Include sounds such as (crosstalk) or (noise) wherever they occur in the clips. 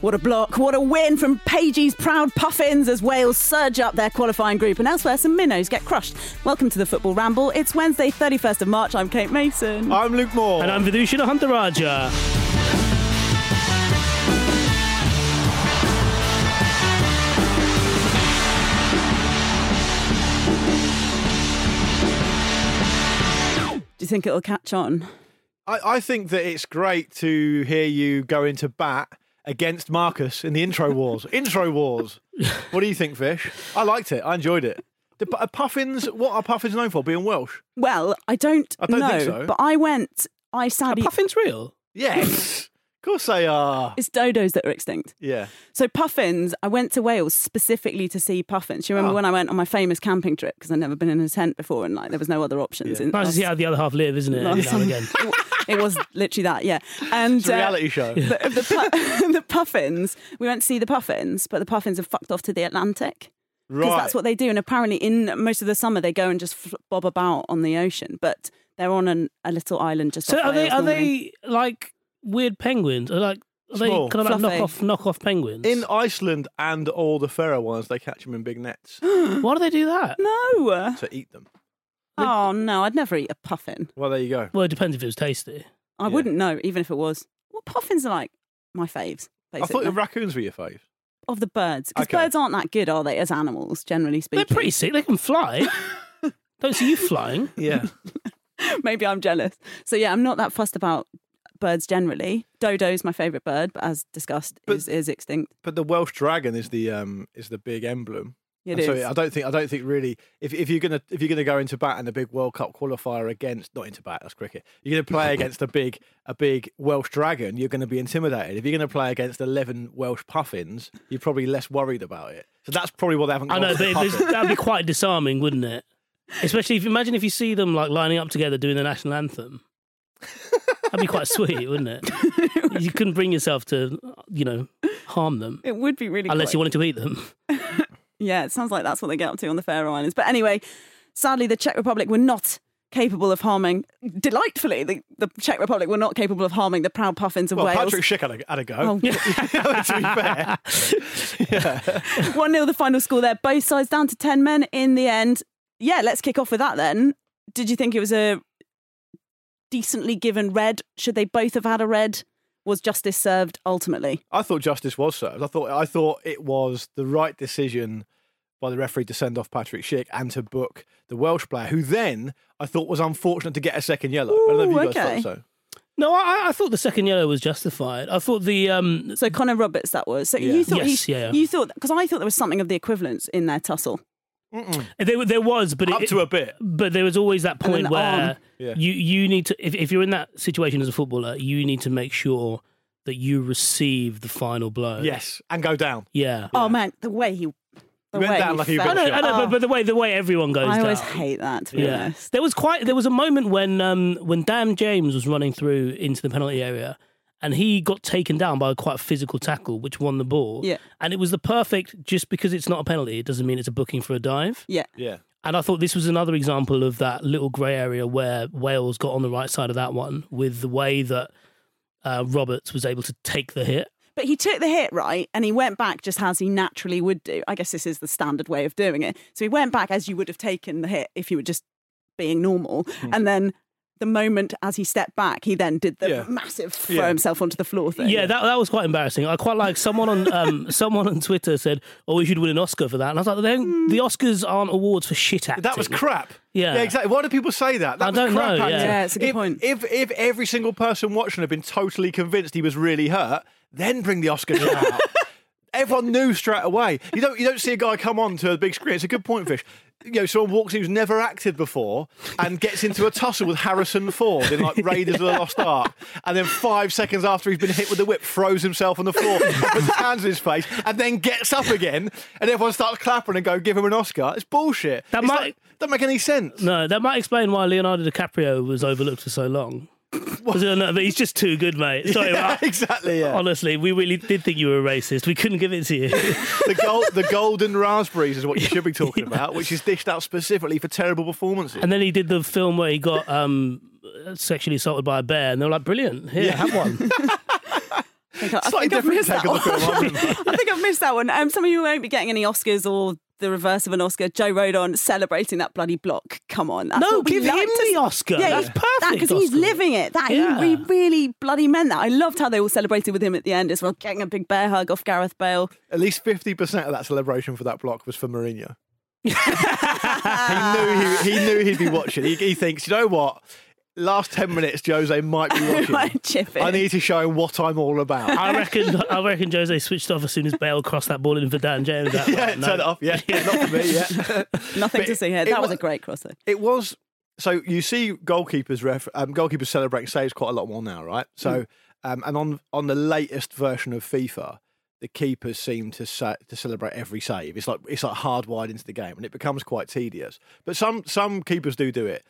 What a block. What a win from Pagey's Proud Puffins as Wales surge up their qualifying group and elsewhere some minnows get crushed. Welcome to the Football Ramble. It's Wednesday, 31st of March. I'm Kate Mason. I'm Luke Moore. And I'm Vidushina Hunteraja. Do you think it'll catch on? I, I think that it's great to hear you go into bat against Marcus in the intro (laughs) wars. intro wars. What do you think, Fish? I liked it. I enjoyed it. The, but are puffins, what are puffins known for? Being Welsh? Well, I don't, I don't know, think so. but I went. I sadly. Puffins real? Yes. of course they are. It's dodos that are extinct. Yeah. So puffins, I went to Wales specifically to see puffins. Do you remember Oh. when I went on my famous camping trip because I'd never been in a tent before and like there was no other options. Yeah. in- Nice to see how the other half live, isn't it? Every (laughs) now and again. it was literally that, yeah. And It's a (laughs) reality show. uh, the, the, (laughs) pu- (laughs) the puffins, we went to see the puffins, but the puffins have fucked off to the Atlantic because Right. that's what they do. And apparently, in most of the summer, they go and just fl- bob about on the ocean, but they're on an, a little island just. So off are they Wales are normally. they like weird penguins? Are like are they Small. kind of like knock Fluffy. off knock off penguins? (gasps) in Iceland and all the Faroe ones, they catch them in big (gasps) nets Why do they do that? No. to eat them. Oh no, I'd never eat a puffin. Well, there you go. Well, it depends if it was tasty. I Yeah. wouldn't know, even if it was. Well, puffins are like my faves. I thought Basically. the raccoons were your fave. of the birds, because Okay. birds aren't that good, are they, as animals, generally They're speaking? pretty sick. They can fly. Don't see you flying. Yeah. (laughs) Maybe I'm jealous. So yeah, I'm not that fussed about birds generally. Dodo's my favourite bird, but as discussed, But- is, is extinct. (laughs) but the Welsh dragon is the um is the big emblem. It And is. so I don't think I don't think really if, if you're gonna if you're gonna go into bat in a big World Cup qualifier against not into bat that's cricket you're (laughs) gonna play against a big a big Welsh dragon you're gonna be intimidated if you're gonna play against eleven Welsh puffins you're probably less worried about it so that's probably what they haven't. I know, got for the but it (laughs) was, puffin. that'd be quite disarming, wouldn't it? Especially if imagine if you see them like lining up together doing the national anthem. That'd be quite sweet, wouldn't it? You couldn't bring yourself to, you know, harm them It would be really unless cool. you wanted to eat them. Yeah, it sounds like that's what they get up to on the Faroe Islands. But anyway, sadly, the Czech Republic were not capable of harming. Delightfully, the, the Czech Republic were not capable of harming the proud puffins of well Wales. Patrick Schick had a, had a go Oh, (laughs) to be fair 1 0 the final score there. Both sides down to 10 men in the end. Yeah, let's kick off with that then. Did you think it was a decently given red? Should they both have had a red? Was justice served ultimately? I thought justice was served I thought I thought it was the right decision by the referee to send off Patrick Schick and to book the Welsh player who then I thought was unfortunate to get a second yellow I don't know if Ooh, you guys okay. thought so. No, I, I thought the second yellow was justified. I thought the um, So Connor Roberts, that was. So Yeah. you thought Yes, he, yeah. you thought because I thought there was something of the equivalence in their tussle. there, there was, but up it, to a bit. but there was always that And then point the where arm. Yeah. you you need to if, if you're in that situation as a footballer, you need to make sure that you receive the final blow. Yes, and go down. yeah. Oh man, the way he, the went way down he like he Oh. fell. I got know, I know, Oh. but, but the way the way everyone goes I down. always hate that. To be Oh. Yeah. honest, There was quite there was a moment when um when Dan James was running through into the penalty area and he got taken down by quite a physical tackle which won the ball. Yeah. And it was the perfect just because it's not a penalty, it doesn't mean it's a booking for a dive. yeah, Yeah. And I thought this was another example of that little grey area where Wales got on the right side of that one with the way that uh, Roberts was able to take the hit. but he took the hit right, and he went back just as he naturally would do. I guess this is the standard way of doing it. So he went back as you would have taken the hit if you were just being normal, Hmm. and then the moment as he stepped back, he then did the Yeah. massive throw Yeah. himself onto the floor thing. Yeah, that, that was quite embarrassing. I quite like someone (laughs) on um, someone on Twitter said, "Oh, we should win an Oscar for that." And I was like, they don't- "The Oscars aren't awards for shit acting." That was crap. Yeah. Yeah, exactly. Why do people say that? that I was don't crap know, acting. yeah. Yeah, it's a good if, point. If, if every single person watching had been totally convinced he was really hurt, then bring the Oscars (laughs) out. Everyone knew straight away. You don't you don't see a guy come on to a big screen. It's a good point, Fish. You know, someone walks in who's never acted before and gets into a tussle with Harrison Ford in like Raiders of the Lost Ark, and then five seconds after he's been hit with the whip, throws himself on the floor, puts his hands in his face, and then gets up again, and everyone starts clapping and go, "Give him an Oscar." It's bullshit. That It's might- like- doesn't make any sense. No, that might explain why Leonardo DiCaprio was overlooked for so (laughs) long. Was it- no, but he's just too good, mate. (laughs) Sorry, Yeah, but I- exactly. Yeah. honestly, we really did think you were a racist. We couldn't give it to you. the gold, the golden raspberries is what you should be talking about, which is dished out specifically for terrible performances. And then he did the film where he (laughs) got um, sexually assaulted by a bear, and they were like, "Brilliant, here, have one." think I, I Slightly think I've different missed take that one. on (laughs) the film, I remember. I think I've missed that one. Um, some of you won't be getting any Oscars or the reverse of an Oscar. Joe Rodon celebrating that bloody block. Come on, that's No, what we give like him to- the Oscar. That's perfect, Because he's Oscar. living it. That Yeah. he re- really bloody meant that. I loved how they all celebrated with him at the end as well, getting a big bear hug off Gareth Bale. At least 50% of that celebration for that block was for Mourinho. he, knew he, he knew he'd be watching. He, he thinks, you know what? Last 10 minutes, Jose might be (laughs) watching. Might chip in. I need to show him what I'm all about. I reckon. (laughs) I reckon Jose switched off as soon as Bale crossed that ball in for Dan James. That (laughs) yeah, one. Oh, No. turn it off. Yeah, yeah, not for me. Yeah. Nothing But to see here. it That was, wa- a great cross though. it was so you see goalkeepers ref um, goalkeepers celebrating saves quite a lot more now, right? So um, and on on the latest version of FIFA, the keepers seem to sa- to celebrate every save. It's like it's like hardwired into the game, and it becomes quite tedious. But some some keepers do do it.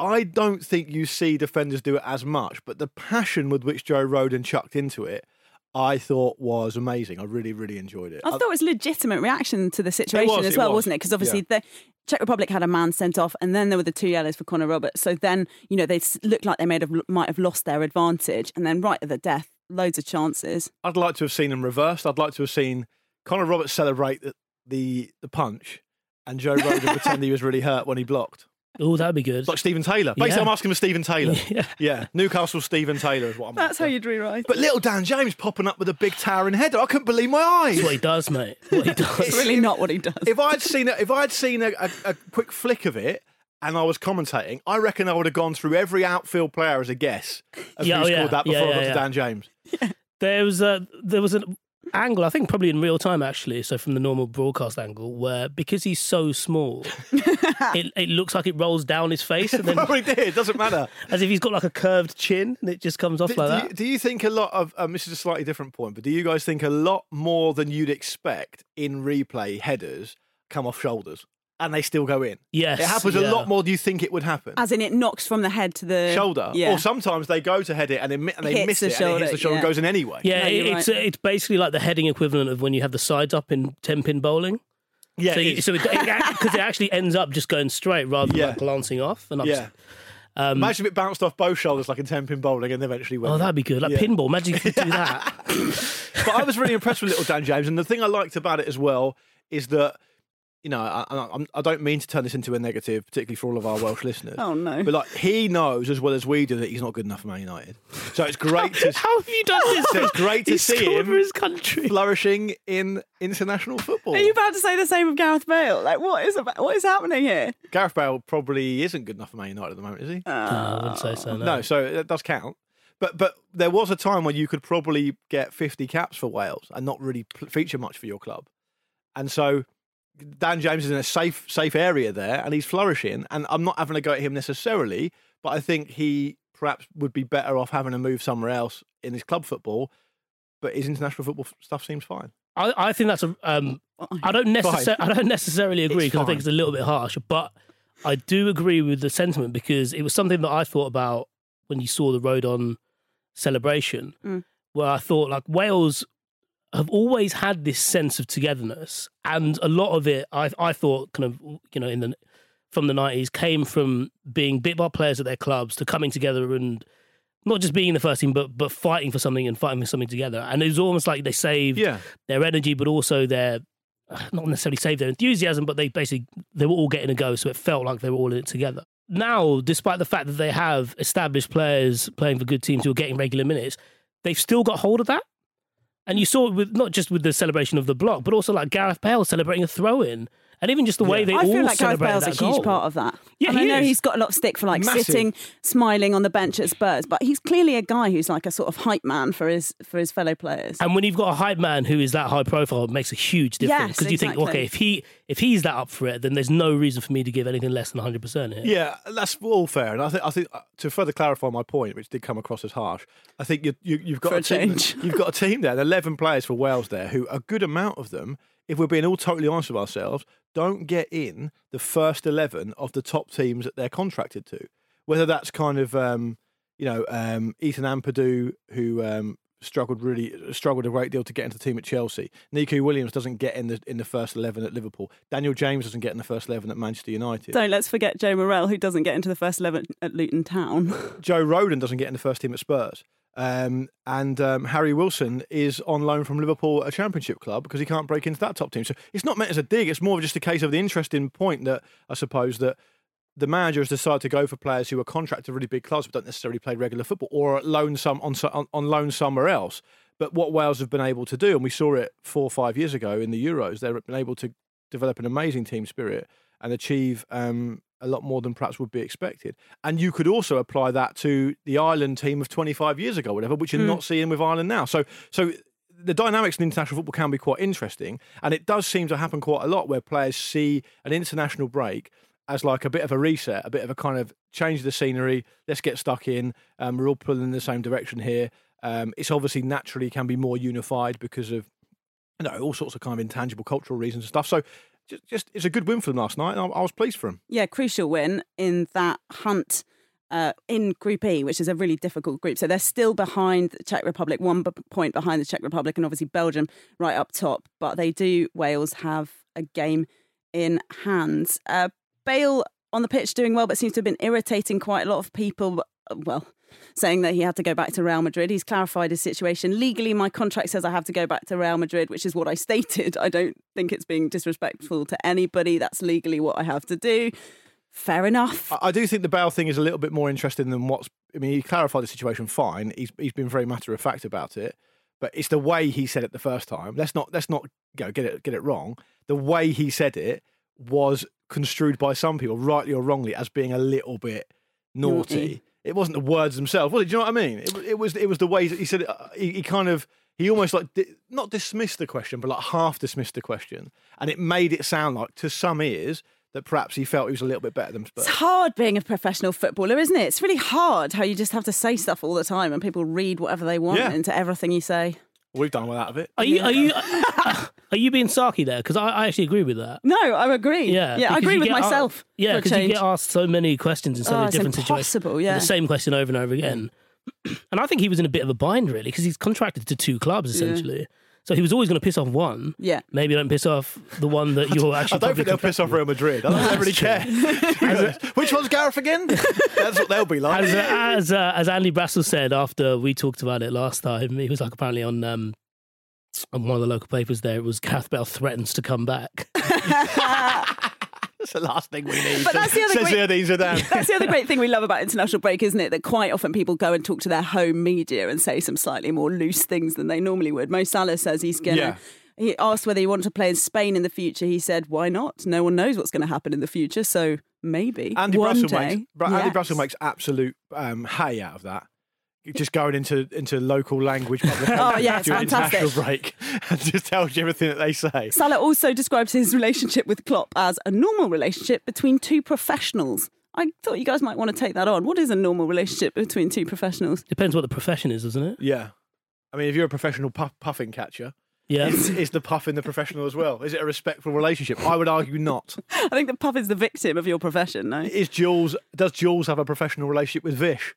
I don't think you see defenders do it as much, but the passion with which Joe Roden chucked into it, I thought was amazing. I really really enjoyed it. I thought it was a legitimate reaction to the situation was, as it well, was. was. not it? Because obviously the Czech Republic had a man sent off, and then there were the two yellows for Connor Roberts. So then you know they s- looked like they made have, might have lost their advantage, and then right at the death, loads of chances. I'd like to have seen them reversed. I'd like to have seen Conor Roberts celebrate the the, the punch and Joe (laughs) Roden pretend he was really hurt when he blocked. Oh, that'd be good. It's (laughs) like Stephen Taylor. Basically, Yeah. I'm asking for Stephen (laughs) Taylor. Yeah. yeah, Newcastle Stephen Taylor is what I'm after. you'd rewrite. But little Dan James popping up with a big towering header. I couldn't believe my eyes. That's what he does, mate. What he (laughs) does. It's really not what he does. if I'd seen a, if I'd seen a, a, a quick flick of it and I was commentating, I reckon I would have gone through every outfield player as a guess of Yeah, who oh, yeah. scored that Yeah, before I yeah, got yeah. to Dan James. There was a there was an angle, I think probably in real time actually, so from the normal broadcast angle, where because he's (laughs) so small, it, it looks like it rolls down his face, and then Probably did. Doesn't matter. as if he's got like a curved chin, and it just comes off Do, like do that. you, do you think a lot of um, this is a slightly different point, but do you guys think a lot more than you'd expect in replay headers come off shoulders and they still go in? Yes, it happens yeah. a lot more than you think it would happen. As in, it knocks from the head to the shoulder, Yeah. or sometimes they go to head it and, it, mi- and they Hits miss the it, and it hits shoulder, the shoulder and yeah. goes in anyway. Yeah, No, it, you're it's right. it's basically like the heading equivalent of when you have the sides up in ten pin bowling. yeah, So, it you, is. so it because it, actually ends up just going straight rather than Yeah. like glancing off. And I'm yeah. Imagine if it bounced off both shoulders like a ten pin bowling and eventually went. um, oh, in. that'd be good, like Yeah. pinball. Imagine if you could (laughs) do that. (laughs) but I was really impressed with Little Dan James, and the thing I liked about it as well is that you know I, I, I'm- I don't mean to turn this into a negative, particularly for all of our Welsh listeners. Oh, no. But like he knows as well as we do that he's not good enough for Man United, so it's great (laughs) to How have you done this? so it's great (laughs) to He's see scored him. for his country. flourishing in international football. Are you about to say the same of Gareth Bale? Like, what is about, what is happening here? Gareth Bale probably isn't good enough for Man United at the moment, is he? No, I wouldn't say so. no, so that does count. But but there was a time when you could probably get 50 caps for Wales and not really pl- feature much for your club. And so Dan James is in a safe safe area there and he's flourishing and I'm not having a go at him necessarily, but I think he perhaps would be better off having a move somewhere else in his club football. But his international football f- stuff seems fine. I, I think that's a. Um, I don't necessarily. I don't necessarily agree It's because I fine. think it's a little bit harsh, but I do agree with the sentiment because it was something that I thought about when you saw the Rodon celebration, Mm. where I thought like Wales have always had this sense of togetherness, and a lot of it I I thought kind of you know in the from the nineties came from being bit by players at their clubs to coming together and not just being in the first team, but but fighting for something and fighting for something together. And it was almost like they saved Yeah. their energy, but also their (sighs) not necessarily saved their enthusiasm, but they basically they were all getting a go, so it felt like they were all in it together. Now, despite the fact that they have established players playing for good teams who are getting regular minutes, they've still got hold of that. And you saw it with not just with the celebration of the block, but also like Gareth Bale celebrating a throw in. And even just the way Yeah. they I all feel like Gareth celebrated Bale's a that huge goal. part of that. Yeah, and I he know is. he's got a lot of stick for like Massive. sitting, smiling on the bench at Spurs, but he's clearly a guy who's like a sort of hype man for his for his fellow players. And when you've got a hype man who is that high profile, it makes a huge difference Yes, because you think, exactly. okay, if he if he's that up for it, then there's no reason for me to give anything less than 100 percent here. Yeah, that's all fair, and I think I think uh, to further clarify my point, which did come across as harsh, I think you, you, you've got For a team, change. you've got a (laughs) team there, and eleven players for Wales there, who a good amount of them, if we're being all totally honest with ourselves, don't get in the first eleven of the top teams that they're contracted to, whether that's kind of um, you know um, Ethan Ampadu who. Um, Struggled really struggled a great deal to get into the team at Chelsea. Nico Williams doesn't get in the in the first eleven at Liverpool. Daniel James doesn't get in the first eleven at Manchester United. Don't let's forget Joe Morel, who doesn't get into the first eleven at Luton Town. Joe Roden doesn't get in the first team at Spurs. Um, and um, Harry Wilson is on loan from Liverpool, a Championship club, because he can't break into that top team. So it's not meant as a dig. It's more of just a case of the interesting point that I suppose that the managers decide to go for players who are contracted to really big clubs but don't necessarily play regular football or are loan some on, so- on on loan somewhere else. But what Wales have been able to do, and we saw it four or five years ago in the Euros, they've been able to develop an amazing team spirit and achieve um, a lot more than perhaps would be expected. And you could also apply that to the Ireland team of 25 years ago, whatever, which you're not seeing with Ireland now. So, so the dynamics in international football can be quite interesting, and it does seem to happen quite a lot where players see an international break as like a bit of a reset, a bit of a kind of change the scenery. Let's get stuck in. Um, we're all pulling in the same direction here. Um, it's obviously naturally can be more unified because of you know all sorts of kind of intangible cultural reasons and stuff. So just, just it's a good win for them last night, and I, I was pleased for them. yeah, crucial win in that hunt uh, in Group E, which is a really difficult group. So they're still behind the Czech Republic, one b- point behind the Czech Republic, and obviously Belgium right up top. But they do, Wales have a game in hand. Uh, Bale on the pitch doing well, but seems to have been irritating quite a lot of people. uh, Well, saying that he had to go back to Real Madrid. He's clarified his situation. Legally, my contract says I have to go back to Real Madrid, which is what I (laughs) stated. I don't think it's being disrespectful to anybody. That's legally what I have to do. Fair enough. I, I do think the Bale thing is a little bit more interesting than what's. I mean, he clarified the situation fine. He's he's been very matter of fact about it, but it's the way he said it the first time. Let's not let's not you know, get it get it wrong. The way he said it was construed by some people, rightly or wrongly, as being a little bit naughty. Naughty. It wasn't the words themselves, was it? Do you know what I mean? It, wa- it was it was the way that he said it. Uh, He, he kind of he almost like di- not dismissed the question, but like half dismissed the question, and it made it sound like to some ears that perhaps he felt he was a little bit better than Spurs. It's hard being a professional footballer, isn't it? It's really hard how you just have to say stuff all the time and people read whatever they want Yeah. into everything you say. We've done well out of it. Are you are you uh, are you being sarky there? Because I, I actually agree with that. No, I agree. Yeah, yeah, I because agree you with get a- myself. for yeah, a because you change. get asked so many questions in so Oh, many it's different situations. impossible, yeah. The same question over and over again. (clears throat) and I think he was in a bit of a bind really because he's contracted to two clubs essentially. So he was always going to piss off one. Yeah. Maybe don't piss off the (laughs) one that you're actually. I don't think probably they'll piss off Real Madrid. I don't, really care. Which one's Gareth (laughs) again? That's what they'll be like. as uh, (laughs) as uh, as Andy Brassel said after we talked about it last time, he was like apparently on um on one of the local papers. There it was Kath Bell threatens to come back. (laughs) That's the last thing we need. But that's the other Says great- here, these (laughs) are them. That's the other great thing we love about international break, isn't it? That quite often people go and talk to their home media and say some slightly more loose things than they normally would. Mo Salah says he's going to. Yeah. He asked whether he wanted to play in Spain in the future. He said, "Why not? No one knows what's going to happen in the future, so maybe Andy one Brussel day." makes Bra- Andy Yes. Brussel makes absolute um, hay out of that. Just going into into local language public (laughs) Oh, yeah, it's during fantastic. international break (laughs) and just tells you everything that they say. Salah also describes his relationship with Klopp as a normal relationship between two professionals. I thought you guys might want to take that on. What is a normal relationship between two professionals? Depends what the profession is, doesn't it? Yeah. I mean, if you're a professional puff, puffing catcher, Yeah. is, is the puffing the professional as well? Is it a respectful relationship? I would argue not. I think the puff is the victim of your profession, no? Is Jules does Jules have a professional relationship with Vish?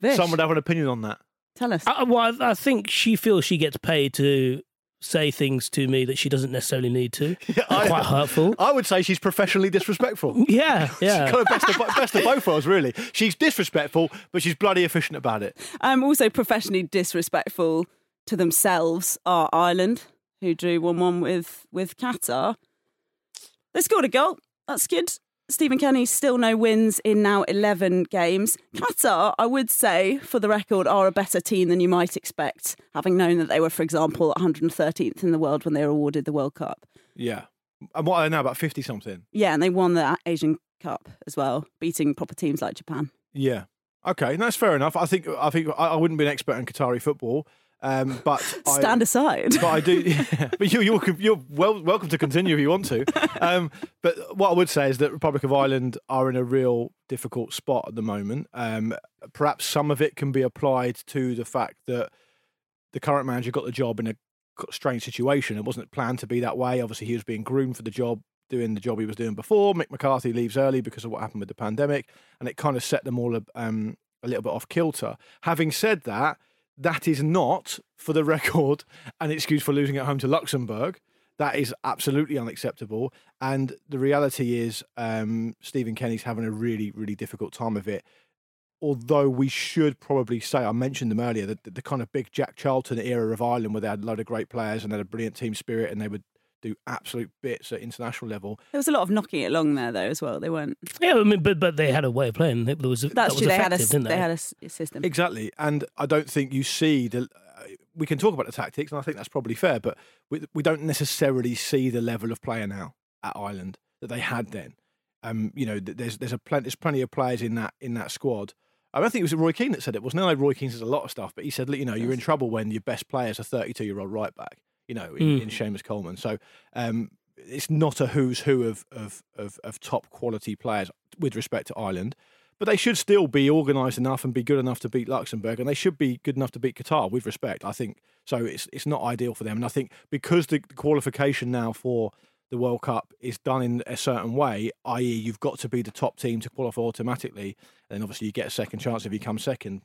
Vish, Someone would have an opinion on that. tell us. I, well, I I think she feels she gets paid to say things to me that she doesn't necessarily need to. I- Quite hurtful. I would say she's professionally disrespectful. Yeah, yeah. (laughs) kind of best of, bo- best of both worlds, really. She's disrespectful, but she's bloody efficient about it. Um, also professionally disrespectful to themselves are Ireland, who drew one-one with with Qatar. They scored a goal. That's good. Stephen Kenny still no wins in now eleven games. Qatar, I would say, for the record, are a better team than you might expect, having known that they were, for example, 113th in the world when they were awarded the World Cup. Yeah. And what are they now? About 50 something? Yeah, and they won the Asian Cup as well, beating proper teams like Japan. Yeah. Okay, and that's fair enough. I think I think I, I wouldn't be an expert in Qatari football, um, (laughs) but I, Stand aside. (laughs) but I do. (laughs) Yeah. But you, you're you're well welcome to continue if you want to. Um, but what I would say is that Republic of Ireland are in a real difficult spot at the moment. Um, perhaps some of it can be applied to the fact that the current manager got the job in a strange situation. It wasn't planned to be that way. Obviously, he was being groomed for the job, doing the job he was doing before. Mick McCarthy leaves early because of what happened with the pandemic, and it kind of set them all a, um, a little bit off kilter. Having said that, that is not, for the (laughs) record, an excuse for losing at home to Luxembourg. That is absolutely unacceptable. And the reality is, um, Stephen Kenny's having a really, really difficult time of it although we should probably say, I mentioned them earlier, that the, the kind of big Jack Charlton era of Ireland where they had a load of great players and they had a brilliant team spirit and they would do absolute bits at international level. There was a lot of knocking it long there, though, as well. They weren't. Yeah, I mean, but but they had a way of playing. That was that That's was true. They had, a, effective, s- didn't they had a s- system. Exactly. And I don't think you see the. uh, We can talk about the tactics, and I think that's probably fair, but we, we don't necessarily see the level of player now at Ireland that they had then. Um, you know, th- there's there's a plenty there's plenty of players in that in that squad. I don't think it was Roy Keane that said it. Wasn't it? I know Roy Keane says a lot of stuff, but he said, look, you know, you're in trouble when your best player is a 32 year old right back. You know, in, Mm. in Seamus Coleman. So um, it's not a who's who of, of of of top quality players with respect to Ireland. But they should still be organised enough and be good enough to beat Luxembourg, and they should be good enough to beat Qatar. With respect, I think so. It's it's not ideal for them, and I think because the qualification now for the World Cup is done in a certain way, i.e., you've got to be the top team to qualify automatically, and then obviously you get a second chance if you come second.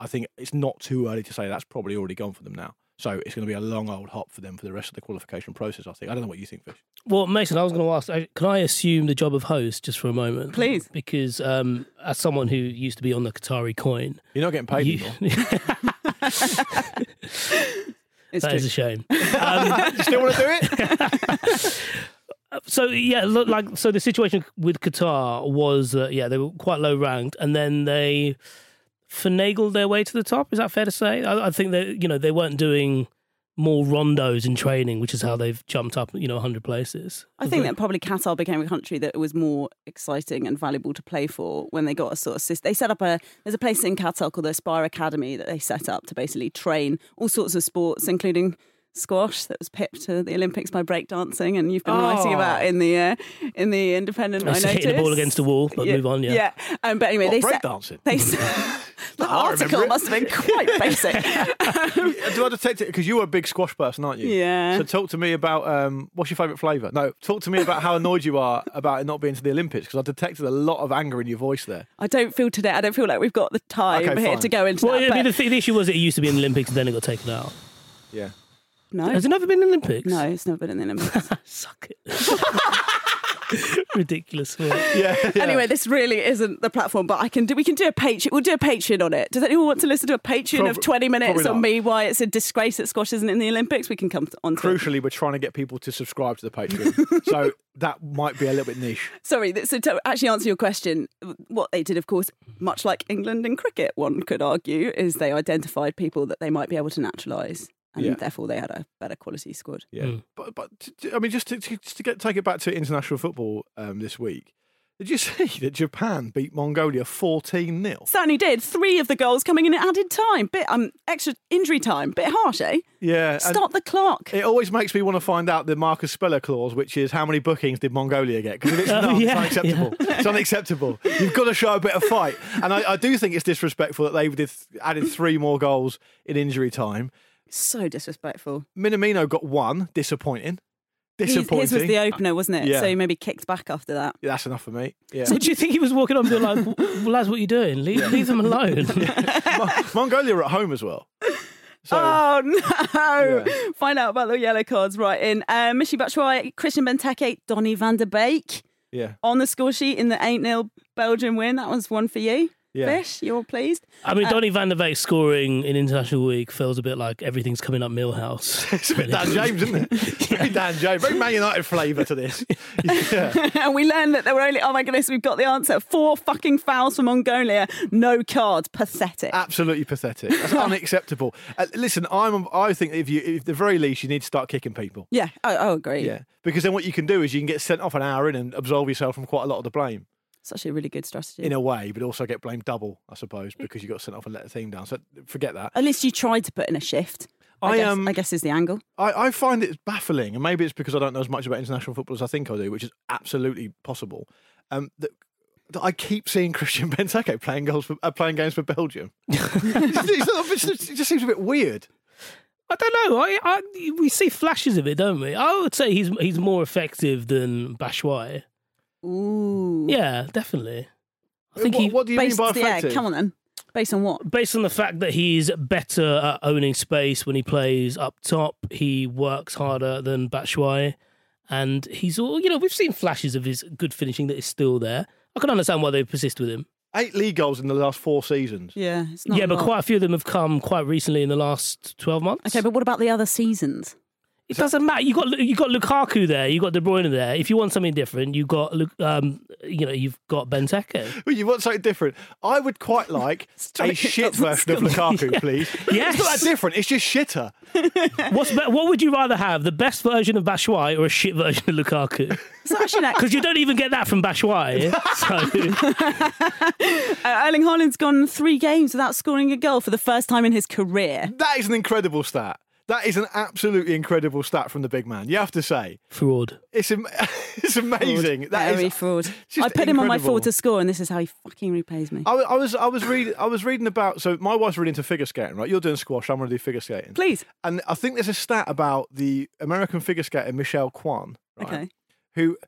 I think it's not too early to say that's probably already gone for them now. So it's going to be a long old hop for them for the rest of the qualification process. I think. I don't know what you think, Fish. Well, Mason, I was going to ask, uh, can I assume the job of host just for a moment? Please. Because um, as someone who used to be on the Qatari coin, You're not getting paid you- anymore. It's that true. is (laughs) a shame. Um, you still want to do it? (laughs) So yeah, look, like so the situation with Qatar was that yeah they were quite low ranked, and then they finagled their way to the top. Is that fair to say? I, I think that you know they weren't doing more rondos in training, which is how they've jumped up you know hundred places. I think that probably Qatar became a country that was more exciting and valuable to play for when they got a sort of system. They set up a there's a place in Qatar called the Aspire Academy that they set up to basically train all sorts of sports, including squash that was pipped to the Olympics by breakdancing, and you've been Oh. writing about in the uh, in the Independent. I It's Oh, hitting the ball noticed. against the wall, but move on. Yeah. yeah. Um, but anyway, (laughs) What, they set, breakdancing? They (laughs) set, (laughs) the I remember article it. must have been quite basic. (laughs) do I detect it? Because you were a big squash person, aren't you? Yeah. So talk to me about um, what's your favourite flavour? No, talk to me about how annoyed you are about it not being to the Olympics. Because I detected a lot of anger in your voice there. I don't feel today. I don't feel like we've got the time Okay, here fine. to go into that. Well, I mean, but- the, th- the issue was it used to be in the Olympics and then it got taken out. Yeah. no, Has it never been in the Olympics? no, it's never been in the Olympics. (laughs) Suck it. (laughs) (laughs) Ridiculous. Work. Yeah. yeah. Anyway, this really isn't the platform, but I can do. We can do a Patreon. We'll do a Patreon on it. Does anyone want to listen to a Patreon of Prob- twenty minutes probably on not. me? Why it's a disgrace that squash isn't in the Olympics? We can come to, on. To it. Crucially, we're trying to get people to subscribe to the (laughs) Patreon, so that might be a little bit niche. Sorry. th- So to actually answer your question, what they did, of course, much like England in cricket, one could argue, is they identified people that they might be able to naturalise, and Yeah. therefore they had a better quality squad. Yeah, Hmm. but but t- t- I mean, just to, to, just to get take it back to international football um, this week. Did you (laughs) see that Japan beat Mongolia fourteen 0 Certainly did. Three of the goals coming in at added time. Bit um extra injury time. Bit harsh, eh? Yeah, and- Stop the clock. It always makes me want to find out the Marcus Speller clause, which is how many bookings did Mongolia get? Because if it's (laughs) Oh, not, yeah, it's unacceptable. It's unacceptable. You've got to show a bit of fight. And I, I do think it's disrespectful that they did added three more goals in injury time. So disrespectful. Minamino got one. Disappointing. His, his Disappointing. was the opener, wasn't it? Yeah. So he maybe kicked back after that. Yeah, That's enough for me. (laughs) Yeah. So do you think he was walking up and being like, "Well, lads, what are you doing? Leave, leave them alone." Mon- Mongolia are at home as well. So Oh no! Find out about the yellow cards right in. Uh, Mishi Batshuayi, Christian Benteke, Donny van der Beek yeah, on the score sheet in the 8 0 Belgian win. That was one for you. yeah. Fish, you're pleased. (laughs) I mean, Donny van der Beek scoring in international week feels a bit like everything's coming up Millhouse. (laughs) It's a bit Dan (laughs) James, isn't it? Very Dan James, very Man United flavour to this. Yeah. and we learned that there were only, oh my goodness, we've got the answer. Four fucking fouls for Mongolia, no cards. Pathetic. Absolutely (laughs) pathetic. That's unacceptable. Uh, listen, I'm. I think if you, if at the very least, you need to start kicking people. yeah, I, I agree. Yeah, because then what you can do is you can get sent off an hour in and absolve yourself from quite a lot of the blame It's actually a really good strategy. in a way, but also get blamed double, I Mm. suppose, because you got sent off and let the team down. So forget that. At least you tried to put in a shift. I, I, guess, um, I guess is the angle. I, I find it baffling, and maybe it's because I don't know as much about international football as I think I do, which is absolutely possible. Um, that, that I keep seeing (laughs) Christian Benteke playing goals for, uh, playing games (laughs) for Belgium. It's not- it's- it just seems a bit weird. (laughs) I don't know. I, I, we see flashes of it, don't we? I would say he's he's more effective than Bashwai. Ooh. Yeah, definitely. I think what, he, what do you mean Based, by yeah, effective? come on then. Based on what? based on the fact that he's better at owning space when he plays up top, he works harder than Batshuayi, and he's all you know. We've seen flashes of his good finishing that is still there. I can understand why they persist with him. Eight league goals in the last (laughs) four seasons. Yeah, it's not. yeah, a but lot. quite a few of them have come quite recently in the last twelve months. Okay, but what about the other (laughs) seasons? It doesn't matter. You got you got Lukaku there. You got De Bruyne there. If you want something different, you got Lu- um, you know, you've (laughs) got Benteke. Well, you want something different? I would quite like a it shit doesn't version (laughs) of Lukaku, please. Yes. It's not that different. It's just shitter. What's be- what would you rather have? The best version of Bashwai or a shit version of Lukaku? So actually, (laughs) no, Because you don't even get that (laughs) from Bashwai. So (laughs) uh, Erling Haaland's gone three games without scoring a goal for the first time in his career. That is an incredible stat. That is an absolutely incredible stat from the big man. You have to say fraud. it's am- (laughs) it's amazing. That Very is. fraud. just I put him on my incredible. four Oh, to score, and this is how he fucking repays me. I, wa- I was I was reading I was reading about. So my wife's really into figure skating, right? You're doing squash. I'm going to do figure skating. Please. And I think there's a stat about the American figure skater Michelle Kwan, right? Okay. Who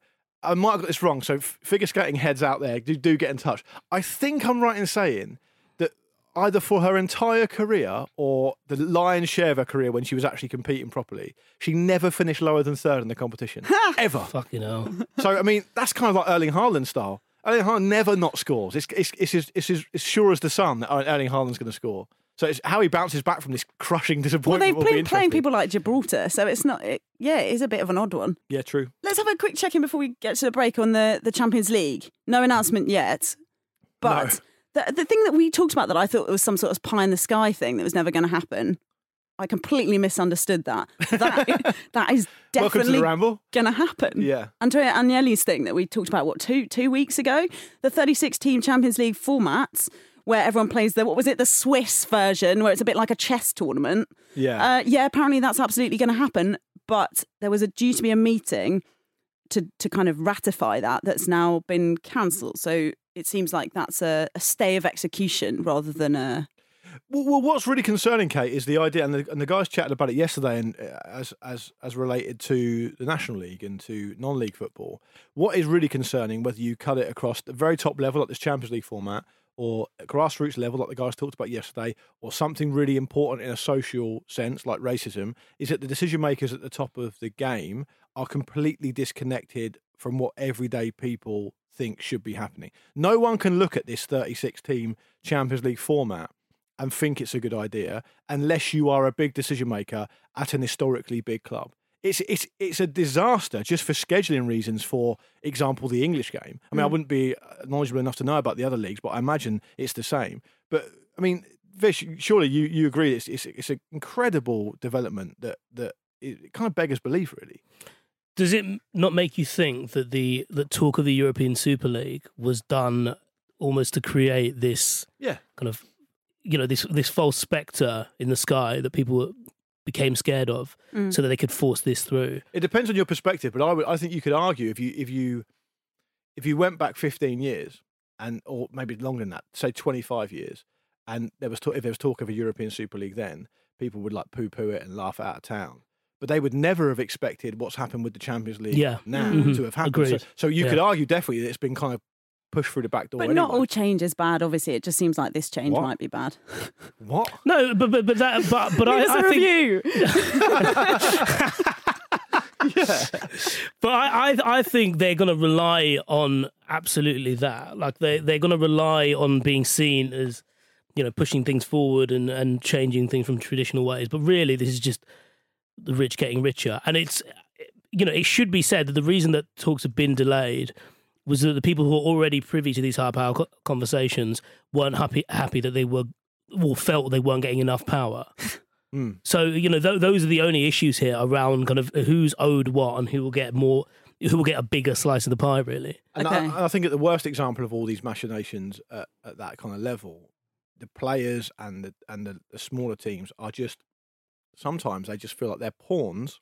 I might have got this wrong. So f- figure skating heads out there, do, do get in touch. I think I'm right in saying that either for her entire career or the lion's share of her career when she was actually competing properly, she never finished lower than third in the competition ever. Fucking hell. So I mean, that's kind of like Erling Haaland style. Erling Haaland never not scores. It's it's it's as, it's as, it's sure as the sun that Erling Haaland's going to score. So it's how he bounces back from this crushing Well, disappointment. they've will be been playing interesting. people like Gibraltar, so it's not. It, yeah, it is a bit of an odd one. Yeah, true. Let's have a quick check in before we get to the break on the, the Champions League. No announcement yet, but the, the thing that we talked about that I thought was some sort of pie in the sky thing that was never going to happen. I completely misunderstood that. (laughs) That, that is Welcome to definitely the ramble. going to happen. Yeah. Andrea Agnelli's thing that we talked about what two two weeks ago, the 36 team Champions League formats where everyone plays the what was it the Swiss version where it's a bit like a chess tournament. Yeah. Uh, yeah, apparently that's absolutely going to happen. But there was a due to be a meeting to to kind of ratify that that's now been cancelled. So it seems like that's a, a stay of execution rather than a Well, well, what's really concerning, Kate, is the idea, and the, and the guys chatted about it yesterday, and uh, as as as related to the national league and to non-league football. What is really concerning, whether you cut it across the very top level, like this Champions League format, or at grassroots level, like the guys talked about yesterday, or something really important in a social sense, like racism, is that the decision makers at the top of the game are completely disconnected from what everyday people think should be happening. No one can look at this 36 team Champions League format and think it's a good idea unless you are a big decision maker at an historically big club. It's it's it's a disaster just for scheduling reasons. For example, the English game. I mean, I wouldn't be uh, knowledgeable enough to know about the other leagues, but I imagine it's the same. But I mean, Vish, surely you, you agree it's it's it's an incredible development that that it it kind of beggars belief, really. Does it m- not make you think that the that talk of the European Super League was done almost to create this Yeah, kind of you know this this false specter in the sky that people were- became scared of, so that they could force this through? It depends on your perspective, but I would, I think you could argue if you if you if you went back 15 years and or maybe longer than that, say 25 years, and there was talk, if there was talk of a European Super League then, people would like poo poo it and laugh it out of town. But they would never have expected what's happened with the Champions League Yeah. now Mhm. to have happened. So, Agreed. so you Yeah. could argue definitely that it's been kind of pushed through the back door. but not anyway. all change is bad obviously it just seems like this change What? might be bad. what? No, but but but that but but I, Here's I a think review. (laughs) But I, I, I think they're going to rely on absolutely that. Like they, they're going to rely on being seen as, you know, pushing things forward and, and changing things from traditional ways. But really, this is just the rich getting richer. And it's, you know, it should be said that the reason that talks have been delayed was that the people who were already privy to these high power co- conversations weren't happy, happy that they were, or felt they weren't getting enough power. So you know, th- those are the only issues here around kind of who's owed what and who will get more, who will get a bigger slice of the pie. Really, And I, Okay. and I think that the worst example of all these machinations at, at that kind of level, the players and the and the, the smaller teams are just sometimes they just feel like they're pawns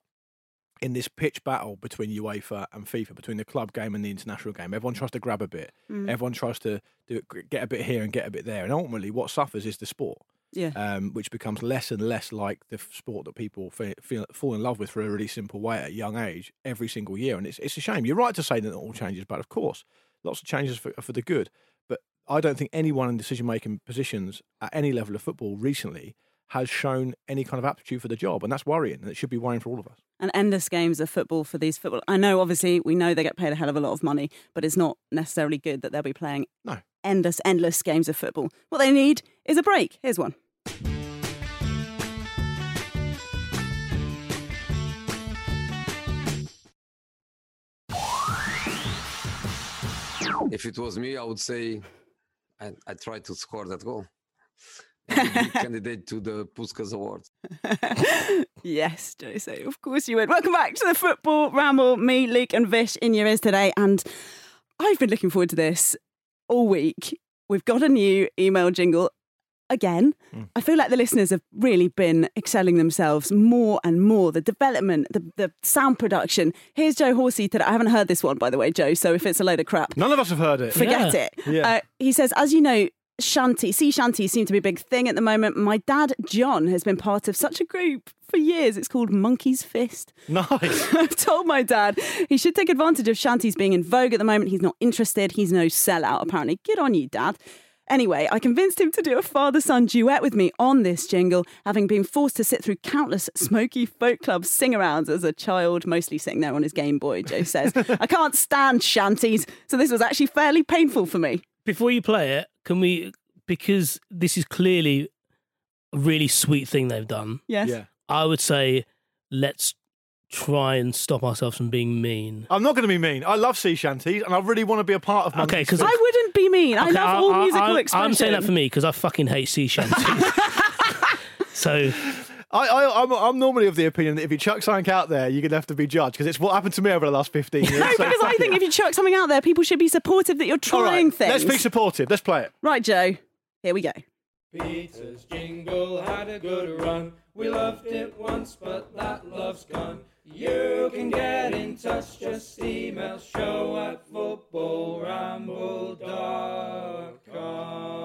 in this pitch battle between UEFA and FIFA, between the club game and the international game. Everyone tries to grab a bit. Mm. Everyone tries to do get a bit here and get a bit there. And ultimately, what suffers is the sport yeah. um, which becomes less and less like the f- sport that people fe feel, fall in love with for a really simple way at a young age every single year. And it's, it's a shame. You're right to say that not all changes, but of course, lots of changes for, are for the good. But I don't think anyone in decision making positions at any level of football recently has shown any kind of aptitude for the job, and that's worrying, and it should be worrying for all of us. and endless games of football for these football. I know, obviously, we know they get paid a hell of a lot of money, but it's not necessarily good that they'll be playing No. endless, endless games of football. What they need is a break. Here's one. If it was me, I would say I, I tried to score that goal. I would be candidate to the Puskas Award. (laughs) Yes, Jose, of course you would. Welcome back to the Football Ramble. Me, Luke, and Vish in your ears today. And I've been looking forward to this all week. We've got a new email jingle again. I feel like the listeners have really been excelling themselves more and more. The development, the, the sound production. Here's Joe Horsey today. I haven't heard this one, by the way, Joe. So if it's a load of crap, None of us have heard it. forget Yeah. it. Yeah. Uh, he says, as you know, shanty, sea shanties seem to be a big thing at the moment. My dad, John, has been part of such a group for years. It's called Monkey's Fist. (laughs) (laughs) Nice. I've told my dad he should take advantage of shanties being in vogue at the moment. He's not interested. He's no sellout, apparently. Good on you, dad. Anyway, I convinced him to do a father son duet with me on this jingle, having been forced to sit through countless smoky folk club sing arounds as a child, mostly sitting there on his Game Boy, Joe says. I can't stand shanties, so this was actually fairly painful for me. Before you play it, can we? Because this is clearly a really sweet thing they've done. Yes. Yeah. I would say let's try and stop ourselves from being mean. I'm not going to be mean. I love sea shanties, and I really want to be a part of. Okay, Monkeys. because I wouldn't be mean. I love all musical I, expression. am saying that for me because I fucking hate sea (laughs) shanties. so I, I, I'm, I'm normally of the opinion that if you chuck something out there, you're going to have to be judged because it's what happened to me over the last 15 years. (laughs) No, because I think if you chuck something out there, people should be supportive that you're All trying right, things. Let's be supportive. Let's play it. right, Joe. Here we go. Pizza's jingle had a good run. We loved it once, but that love's gone. You can get in touch, just email show at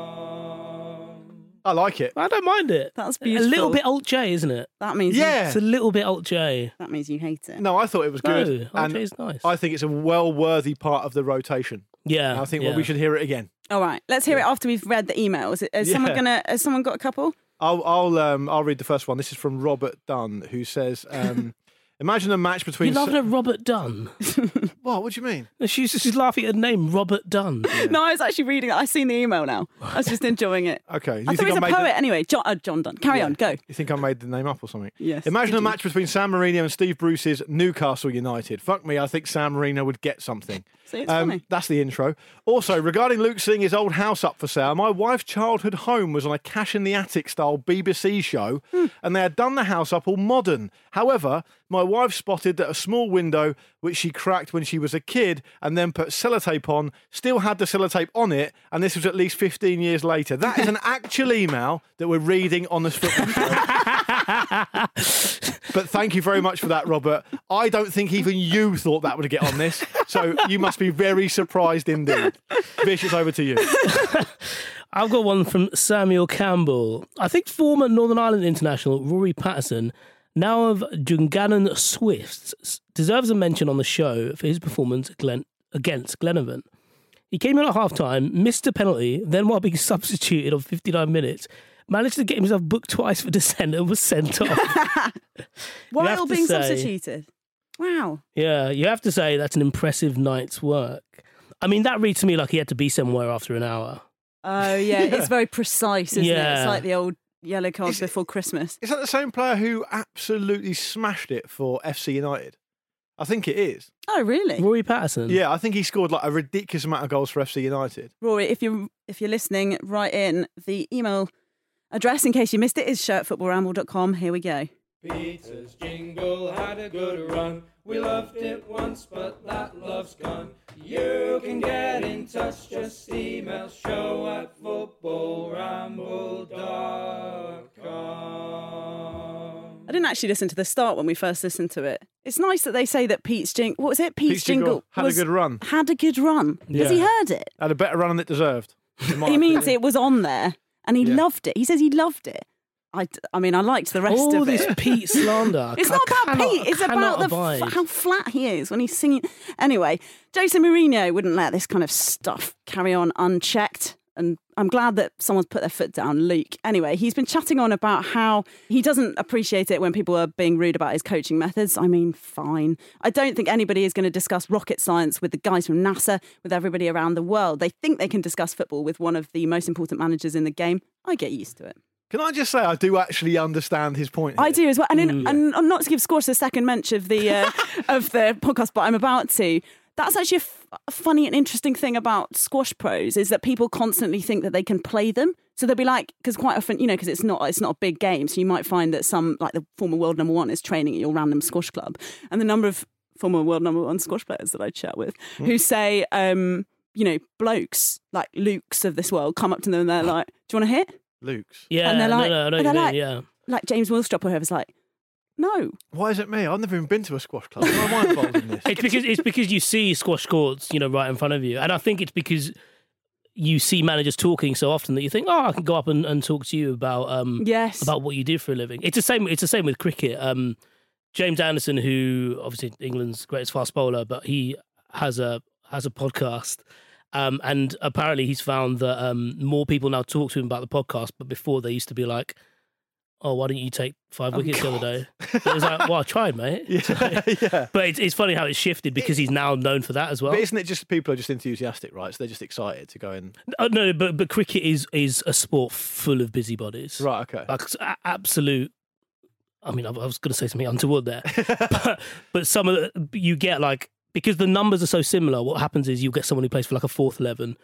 footballramble.com. I like it. I don't mind it. That's A beautiful. little bit alt J, isn't it? That means Yeah. It's a little bit alt J. You, that means you hate it. No, I thought it was No, good. oh, alt J and is nice. I think it's a well worthy part of the rotation. yeah, I think yeah. well, we should hear it again. All right, let's hear it after we've read the emails. Is, is someone Yeah. gonna? Has someone got a couple? I'll I'll um I'll read the first one. This is from Robert Dunn who says, (laughs) um, "Imagine a match You between love a Robert Dunn. (laughs) what? What do you mean? She's she's laughing at the name Robert Dunn. No, I was actually reading. it. I've seen the email now. I was just enjoying it. (laughs) Okay, you I thought he was a made the- poet anyway. John, uh, John Dunn. Carry on. Go. You think I made the name up or something? Yes, Imagine you a do. match between Sam Mourinho and Steve Bruce's Newcastle United. Fuck me, I think Sam Mourinho would get something. (laughs) Um, See, it's funny. That's the intro. Also, regarding Luke seeing his old house up for sale, my wife's childhood home was on a cash in the attic style BBC show, Hmm. and they had done the house up all modern. However, my wife spotted that a small window, which she cracked when she was a kid and then put sellotape on, still had the sellotape on it, and this was at least 15 years later. That (laughs) is an actual email that we're reading on the football show. But thank you very much for that, Robert. I don't think even you thought that would get on this, so you must be very surprised indeed. Vish, it's over to you. I've got one from Samuel Campbell. I think former Northern Ireland international Rory Patterson, now of Dungannon Swifts, deserves a mention on the show for his performance Glen- against Glenavon. He came in at half time, missed a penalty, then, while being (laughs) substituted on 59 minutes, managed to get himself booked twice for dissent and was sent off. While to being say- substituted. Wow. yeah, you have to say that's an impressive night's work. I mean, that reads to me like he had to be somewhere after an hour. Oh (laughs) yeah, it's very precise, isn't it? Yeah. It's like the old yellow cards Is it- before Christmas. Is that the same player who absolutely smashed it for FC United? I think it is. Oh really? Rory Patterson. Yeah, I think he scored like a ridiculous amount of goals for FC United. Rory, if you're if you're listening, write in the email address in case you missed it is shirtfootballramble.com. Here we go. Pizza's jingle had a good run. We loved it once, but that love's gone. You can get in touch, just email show at footballramble.com. I didn't actually listen to the start when we first listened to it. It's nice that they say that Pete's jingle. What was it? Pete's, Pete's jingle had a was- good run. Had a good run. Because he Yeah. heard it. Had a better run than it deserved. in my He means opinion. it was on there and he Oh, Yeah. loved it. He says he loved it. I, d- I mean, I liked the rest All of this (laughs) it. (laughs) Pete slander. It's I not about cannot- Pete. It's cannot about the abide. f- how flat he is when he's singing. Anyway, Jose Mourinho wouldn't let this kind of stuff carry on unchecked. and I'm glad that someone's put their foot down, Luke. Anyway, he's been chatting on about how he doesn't appreciate it when people are being rude about his coaching methods. I mean, fine. I don't think anybody is going to discuss rocket science with the guys from NASA, with everybody around the world. They think they can discuss football with one of the most important managers in the game. I get used to it. Can I just say I do actually understand his point? I here. do as well. And, in, and I'm not to give Scorse a second mention of the uh, of the podcast, but I'm about to. That's actually a, f- a funny and interesting thing about squash pros is that people constantly think that they can play them. So they'll be like, because quite often, you know, because it's not it's not a big game, so you might find that some like the former world number one is training at your random squash club, and the number of former world number one squash players that I chat with who say, um, you know, blokes like Luke's of this world come up to them and they're like, "Do you want to hit?" Luke's. Yeah, And they're no, like- no, I know and what you they're mean, yeah. Like James Wilstrop or whoever's like, "No, Why is it me? I've never even been to a squash club. Why am I involved in this? It's because it's because you see squash courts, you know, right in front of you, and I think it's because you see managers talking so often that you think, oh, I can go up and, and talk to you about um yes, about what you do for a living. It's the same. It's the same with cricket. Um, James Anderson, who obviously England's greatest fast bowler, but he has a has a podcast, um, and apparently he's found that um, more people now talk to him about the podcast. But before they used to be like, "Oh, why didn't you take five wickets the other day?" But it was like, "Well, I tried, mate." (laughs) Oh, (laughs) yeah, yeah. But it's, it's funny how it's shifted because he's now known for that as well. But isn't it just people are just enthusiastic, right? So they're just excited to go in. Oh, no, but but cricket is is a sport full of busybodies. Right, okay. like s- Uh, a- absolute. I mean, I I was going to say something untoward (laughs) there, but, but some of the, you get like because the numbers are so similar. What happens is you get someone who plays for like a fourth eleven,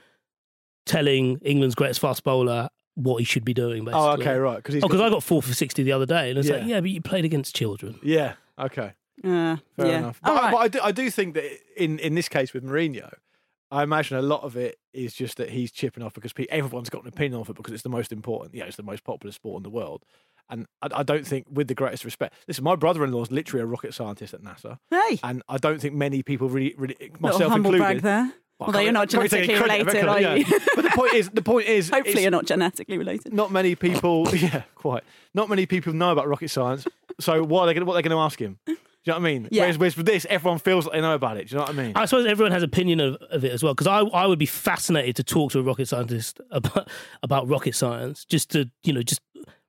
telling England's greatest fast bowler what he should be doing. Basically. oh, okay, right. Because he's Oh, because got- I got four for sixty the other day, and it's like, Yeah. yeah, but you played against children. Yeah, okay. Uh, Fair yeah. enough. But, All I- right. but I, do, I do think that in, in this case with Mourinho, I imagine a lot of it is just that he's chipping off because pe- everyone's got an opinion of it because it's the most important, yeah, it's the most popular sport in the world. And I, I don't think, with the greatest respect, listen, my brother in law is literally a rocket scientist at (laughs) NASA. Hey, And I don't think many people really, really myself little humble included. brag there. Well, I Although can't- you're not (laughs) can't take genetically credit, related, reckon, are you? yeah. but the point is, the point is, it's- (laughs) Hopefully, you're not genetically related. not many people. (laughs) Yeah, quite. Not many people know about rocket science. So what are they going? What are they going to ask him? Do you know what I mean? Yeah. Whereas, whereas with this, everyone feels like they know about it. Do you know what I mean? I suppose everyone has opinion of, of it as well because I, I would be fascinated to talk to a rocket scientist about about rocket science just to you know just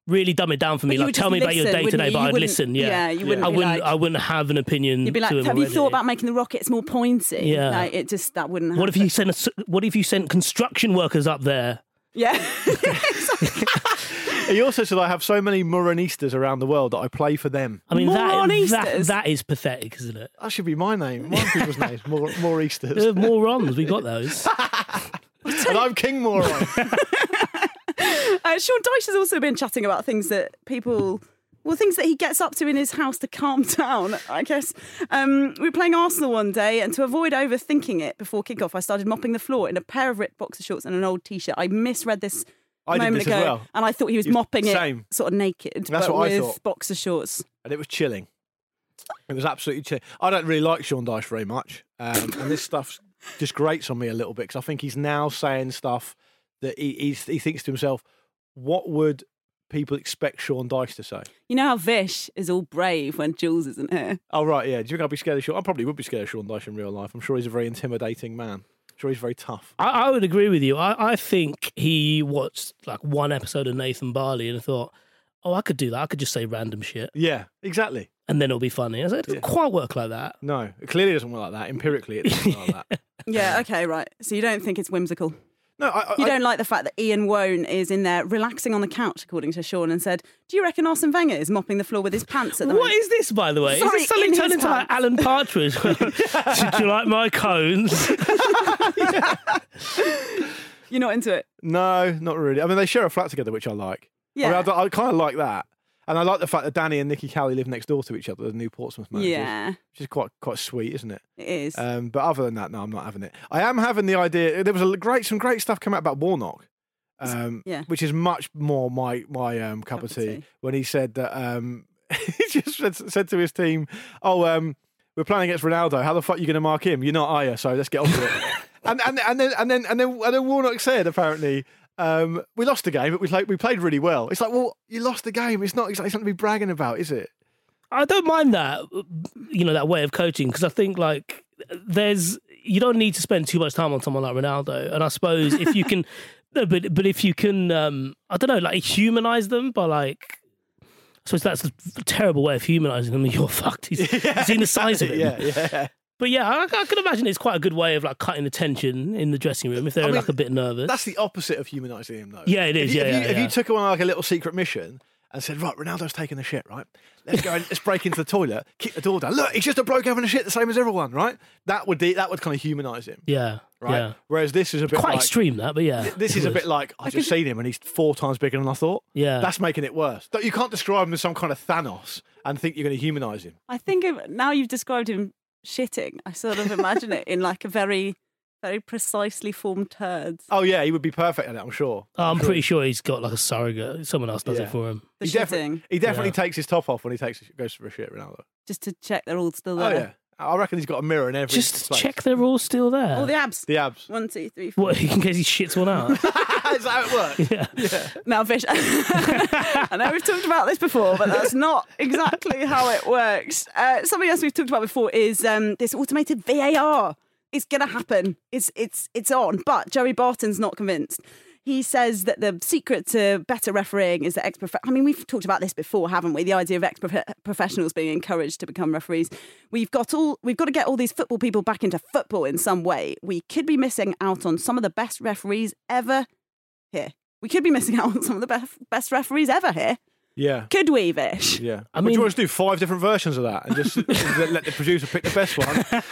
really dumb it down for me You would like tell just me about your listen, day to wouldn't day you? but You I'd wouldn't- listen yeah, yeah, you wouldn't I be wouldn't like- I wouldn't have an opinion You'd be like, to have him you thought already." about making the rockets more pointy? Yeah. Like, it just, that wouldn't happen. what if you sent us what if you sent construction workers up there Yeah. (laughs) (laughs) he also said I have so many Muranistas around the world that I play for them. I mean that, that Moronistas. that is pathetic isn't it That should be my name. My people's names. More, more There are Easters. morons we got those and I'm King Moron. uh, Sean Dyche has also been chatting about things that people, well, things that he gets up to in his house to calm (laughs) down, I guess. Um, we were playing Arsenal one day, and to avoid overthinking it before kickoff, I started mopping the floor in a pair of ripped boxer shorts and an old t shirt. I misread this. I did moment this ago, as well. and I thought he was You- mopping same. it sort of naked, That's but what I with thought. boxer shorts. and it was chilling. It was absolutely chilling. I don't really like Sean Dyche very much, um, and this stuff just grates on me a little bit because I think he's now saying stuff that he, he's, he thinks to himself, "What would people expect Sean Dyche to say?" You know how Vish is all brave when Jules isn't (laughs) here. Oh right, yeah. Do you think I'd be scared of Sean? I probably would be scared of Sean Dyche in real life. I'm sure he's a very intimidating man. I'm sure he's very tough. I, I would agree with you. I, I think he watched like one episode of Nathan Barley and thought, oh, I could do that. I could just say random shit Yeah, exactly. and then it'll be funny. I said, it doesn't quite work like that. No, it clearly doesn't work like that. Empirically, it doesn't work (laughs) like that. Yeah, okay, right. So you don't think it's whimsical. No, I, I, You don't like the fact that Ian Wone is in there relaxing on the couch, according to Sean, and said, Do you reckon Arsene Wenger is mopping the floor with his pants at the What moment? is this, by the way? Sorry, is this something in turned his into like pants. Alan Partridge? (laughs) Did you like my cones? You're not into it. No, not really. I mean, they share a flat together, which I like. I, Yeah. mean, I, kind of like that, and I like the fact that Danny and Nikki Callie live next door to each other, the new Portsmouth managers, Yeah, which is quite quite sweet, isn't it? it is. Um, but other than that, no, I'm not having it. I am having the idea. There was a great some great stuff come out about Warnock. Um, Yeah. which is much more my my um, cup, of tea, when he said that um, (laughs) he just said, said to his team, "Oh, um, we're playing against Ronaldo. How the fuck are you going to mark him? You're not, are you? So let's get on (laughs) with it." and, and and then and then and then and then Warnock said apparently. Um, we lost the game, but we played. We played really well. It's like, well, you lost the game. It's not exactly something to be bragging about, is it? I don't mind that, you know, that way of coaching because I think like (laughs) there's you don't need to spend too much time on someone like Ronaldo, and I suppose if you can No, but but if you can, um, I don't know, like humanize them by like. So that's a terrible way of humanizing them. (laughs) You're (laughs) fucked. He's, he's seen the size of him. yeah, yeah. But yeah, I, I can imagine it's quite a good way of like cutting the tension in the dressing room if they're I mean, like a bit nervous. That's the opposite of humanising him, though. Yeah, it If is, you, yeah, if you, yeah, if you yeah. took him on like a little secret mission and said, "Right, Ronaldo's taking the shit, right? Let's go. and let's break into the toilet, kick the door down. Look, he's just a bloke having a shit, the same as everyone, right? That would de- that would kind of humanise him, yeah, right? yeah. Whereas this is a bit Quite like, extreme that, but yeah. This it is a was. bit like I just seen him and he's four times bigger than I thought. Yeah. that's making it worse. Don't- You can't describe him as some kind of Thanos and think you're going to humanise him. I think of, now you've described him shitting. I sort of imagine it in like a very, very precisely formed turd. Oh yeah, he would be perfect at it, I'm sure. Oh, I'm pretty sure he's got like a surrogate. Someone else does Yeah. it for him. The he, shitting, defi- he definitely Yeah. takes his top off when he takes goes for a shit, Ronaldo. just to check they're all still Oh there. yeah, I reckon he's got a mirror in every. Just place. check they're all still there. Oh, All the abs. the abs. One, two, three, four. (laughs) what in case he shits one (laughs) out? Is that how it works? yeah. Now, fish. (laughs) I know we've talked about this before, but that's not exactly how it works. Uh, something else we've talked about before is um, this automated VAR. It's going to happen. It's it's it's on. But Joey Barton's not convinced. He says that the secret to better refereeing is that ex. I mean, we've talked about this before, haven't we? The idea of ex professionals being encouraged to become referees. We've got all we've got to get all these football people back into football in some way. We could be missing out on some of the best referees ever here. We could be missing out on some of the best, best referees ever here. (laughs) Yeah. Could we, (laughs) Vish? Yeah. I Would mean- you want us to do five different versions of that and just (laughs) let, let the producer pick the best one?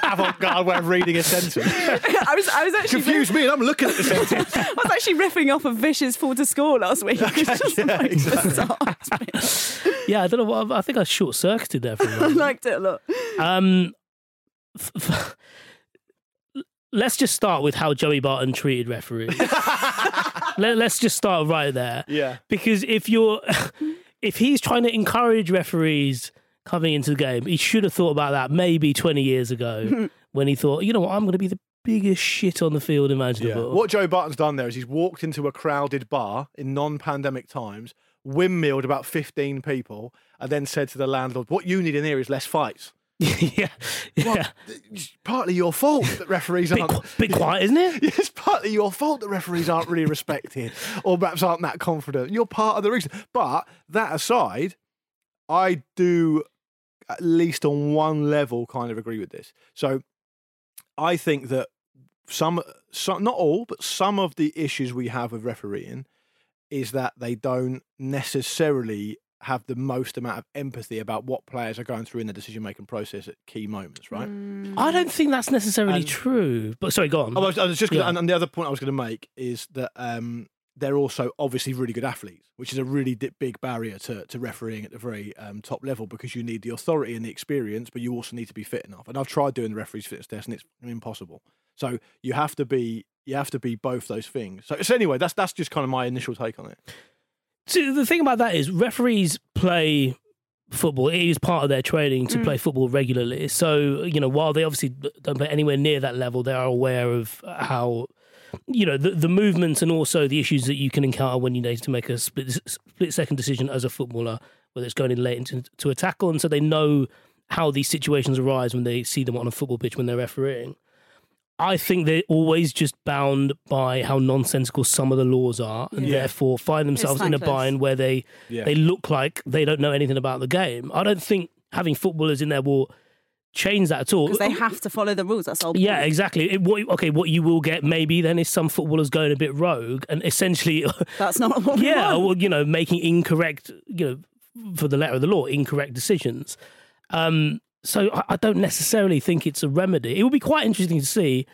(laughs) Avant garde way of reading a (laughs) sentence. I was, I was actually, Confuse me and I'm looking at the (laughs) sentence. I was actually riffing off of Vish's four to score last week. (laughs) It was just the most bizarre (laughs) bit. yeah, I don't know what I think I short circuited there for a I (laughs) moment. liked it a lot. Um, f- f- (laughs) let's just start with how Joey Barton (laughs) treated referees. Let, let's just start right there. Yeah. Because if you're, (laughs) if he's trying to encourage referees coming into the game, he should have thought about that maybe 20 (laughs) years ago when he thought, you know what, I'm going to be the biggest shit on the field Yeah. imaginable. What Joe Barton's done there is he's walked into a crowded bar in non-pandemic times, windmilled about 15 people, and then said to the landlord, "What you need in here is less fights." (laughs) yeah. Yeah. It's partly your fault that (laughs) referees (laughs) Bit, aren't. qu- bit quiet, (laughs) isn't it? It's partly your fault that referees aren't really respected or perhaps aren't that confident. You're part of the reason. But that aside, I do at least on one level kind of agree with this. So I think that some, some not all, but some of the issues we have with refereeing is that they don't necessarily have the most amount of empathy about what players are going through in the decision making process at key moments, right? I don't think that's necessarily Mm. And- Oh, true. But sorry, go on. I was, I was just gonna, Yeah. and, and the other point I was going to make is that um, they're also obviously really good athletes, which is a really di- big barrier to, to refereeing at the very um, top level because you need the authority and the experience, but you also need to be fit enough. And I've tried doing the referee's fitness test, and it's impossible. So you have to be you have to be both those things. So, so anyway, that's that's just kind of my initial take on it. So the thing about that is referees play football. It is part of their training to play football regularly. So you know, while they obviously don't play anywhere near that level, they are aware of how you know the, the movements and also the issues that you can encounter when you need to make a split split second decision as a footballer, whether it's going in late into to a tackle, and so they know how these situations arise when they see them on a football pitch when they're refereeing. I think they're always just bound by how nonsensical some of the laws are, and Yeah. therefore find themselves in a thankless. bind where they Yeah. they look like they don't know anything about the game. I don't think having footballers in there will change that at all. Because they have to follow the rules. That's all. Yeah, exactly. It, what, okay, what you will get maybe then is some footballers going a bit rogue and essentially, (laughs) That's not what we yeah, want. (laughs) well, you know, making incorrect, you know, for the letter of the law, incorrect decisions. Um, so I, I don't necessarily think it's a remedy. It would be quite interesting to see.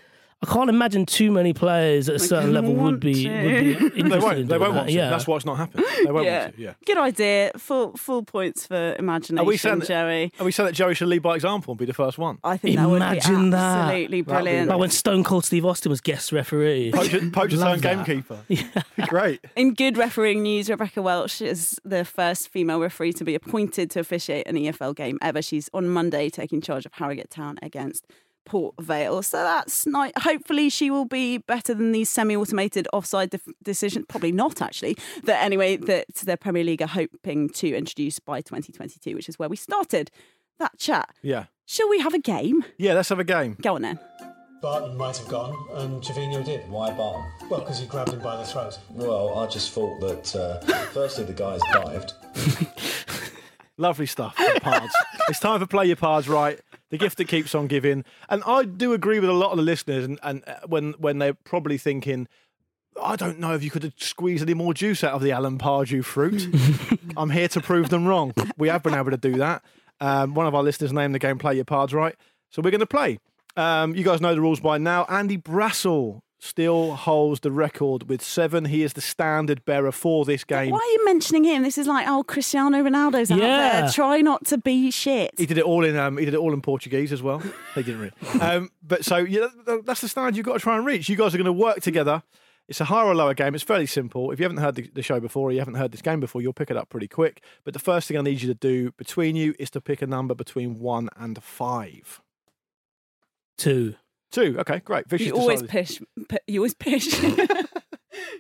I can't imagine too many players at a certain level would want be, to. would be interested (laughs) They won't. They in won't doing that. want to. Yeah, That's why it's not happening. They won't Yeah. want to. Yeah. Good idea. Full full points for imagination, saying that- Joey. And we said that Joey should lead by example and be the first one. I think Imagine that would be that. absolutely That'd be brilliant. Like when Stone Cold Steve Austin was guest referee. Poacher, poacher's own Love that. (laughs) gamekeeper. Great. In good refereeing news, Rebecca Welsh is the first female referee to be appointed to officiate an EFL game ever. She's on Monday taking charge of Harrogate Town against Port Vale. So that's nice. Hopefully, she will be better than these semi automated offside def- decisions. Probably not, actually. That anyway, that the Premier League are hoping to introduce by 2022, which is where we started that chat. Yeah. Shall we have a game? Yeah. Let's have a game. Go on then. Barton might have gone, and Trevino did. Why Barton? Well, because he grabbed him by the throat. Well, I just thought that uh, (laughs) firstly the guys dived. Lovely stuff. from Pards. it's time for play your pards right. The gift that keeps on giving. And I do agree with a lot of the listeners, and, and uh, when when they're probably thinking, I don't know if you could have squeezed any more juice out of the Alan Pardew fruit. I'm here to prove them wrong. We have been able to do that. Um, one of our listeners named the game Play Your Pards Right. So we're going to play. Um, you guys know the rules by now. Andy Brassel still holds the record with seven. He is the standard bearer for this game. Why are you mentioning him? This is like, oh, Cristiano Ronaldo's out Yeah. there. Try not to be shit. He did it all in. Um, he did it all in Portuguese as well. They didn't (laughs) really. Um, but so yeah, that- that- that's the standard you've got to try and reach. You guys are going to work together. It's a higher or lower game. It's fairly simple. If you haven't heard the, the show before, or you haven't heard this game before, you'll pick it up pretty quick. But the first thing I need you to do between you is to pick a number between one and five. Two. Two. Okay, great. Vish You has always decided. pish. pi- You always pish. (laughs) you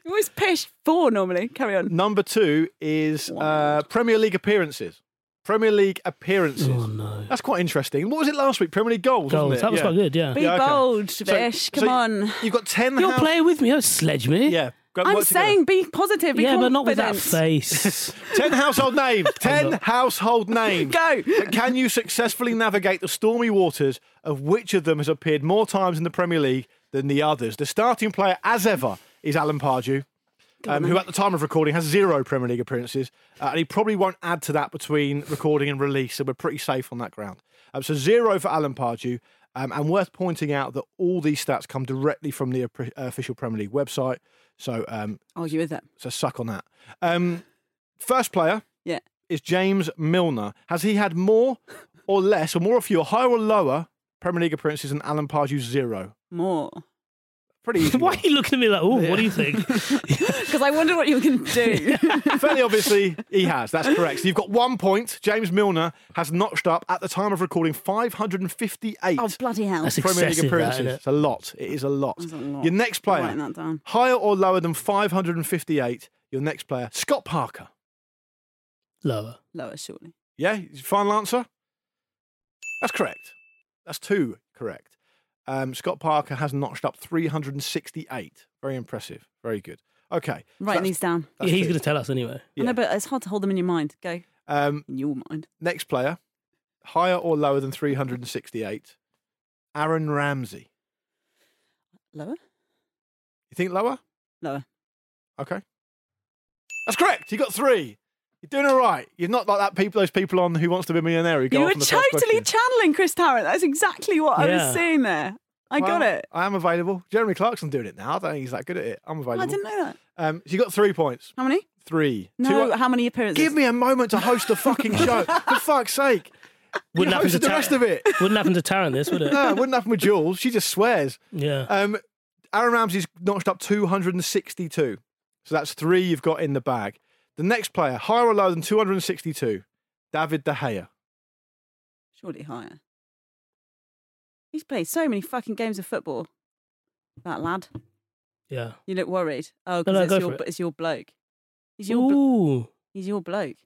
always pish four normally. Carry on. Number two is uh, Premier League appearances. Premier League appearances. Oh no. That's quite interesting. What was it last week? Premier League goals. Wasn't Goals. it? That was Yeah. quite good. Yeah. Be Yeah, okay. bold, So- Vish. so Come you- on. You've got ten. You're house- playing with me. Don't sledge me. Yeah. Go and I'm work together. saying be positive. Be Yeah, but not with that confident. (laughs) face. 10 household (laughs) names. 10 household names. Go. But Can you successfully navigate the stormy waters of which of them has appeared more times in the Premier League than the others? The starting player, as ever, is Alan Pardew, um, who at the time of recording has zero Premier League appearances, uh, and he probably won't add to that between recording and release, so we're pretty safe on that ground. Um, so zero for Alan Pardew. Um, and worth pointing out that all these stats come directly from the appre- official Premier League website. So, um, Argue with Oh, that. so suck on that. Um, first player Yeah. is James Milner. Has he had more or less, or more or fewer, higher or lower Premier League appearances than Alan Pardew? Zero. More. (laughs) Pretty (laughs) easy. Why one. are you looking at me like, oh, what do you think? Because I wondered what you were going to (laughs) do. Fairly obviously, he has. That's correct. So you've got one point. James Milner has notched up at the time of recording 558 oh, bloody hell. That's Premier League excessive, that, appearances. isn't it? it's a lot. It is a lot. That's a lot. Your next I'm player, Writing that down. higher or lower than 558? Your next player, Scott Parker. (laughs) Lower. Lower, surely. Yeah, final answer. That's correct. That's two correct. Um, Scott Parker has notched up 368. Very impressive. Very good. Okay. so Writing that's- these down. that's he's two. going to tell us anyway. I Yeah. know, but it's hard to hold them in your mind. Go Um, in your mind. next player, higher or lower than 368? Aaron Ramsey. Lower? You think lower? Lower. Okay. That's correct. You got three. You're doing all right. You're not like that people, those people on Who Wants to Be a Millionaire who go You off were on the first totally question. channeling Chris Tarrant. That's exactly what I Yeah. was seeing there. I got Well, it. I am available. Jeremy Clarkson's doing it now. I don't think he's that good at it. I'm available. I didn't know that. Um, so you got three points. How many? Three. No, Two- uh, how many appearances? Give me a moment to host the fucking (laughs) show. For fuck's sake. you Wouldn't happen to hosted the Tar- rest of it. (laughs) Wouldn't happen to Taran (laughs) this, would it? No, it wouldn't happen with Jules. She just swears. Yeah. Um, Aaron Ramsey's notched up 262. So that's three you've got in the bag. The next player, higher or lower than 262, David De Gea. Surely higher. He's played so many fucking games of football. That lad. yeah. You look worried. Oh, no, because go it's, your, for it. it's your bloke. He's your, blo- Ooh. he's your bloke.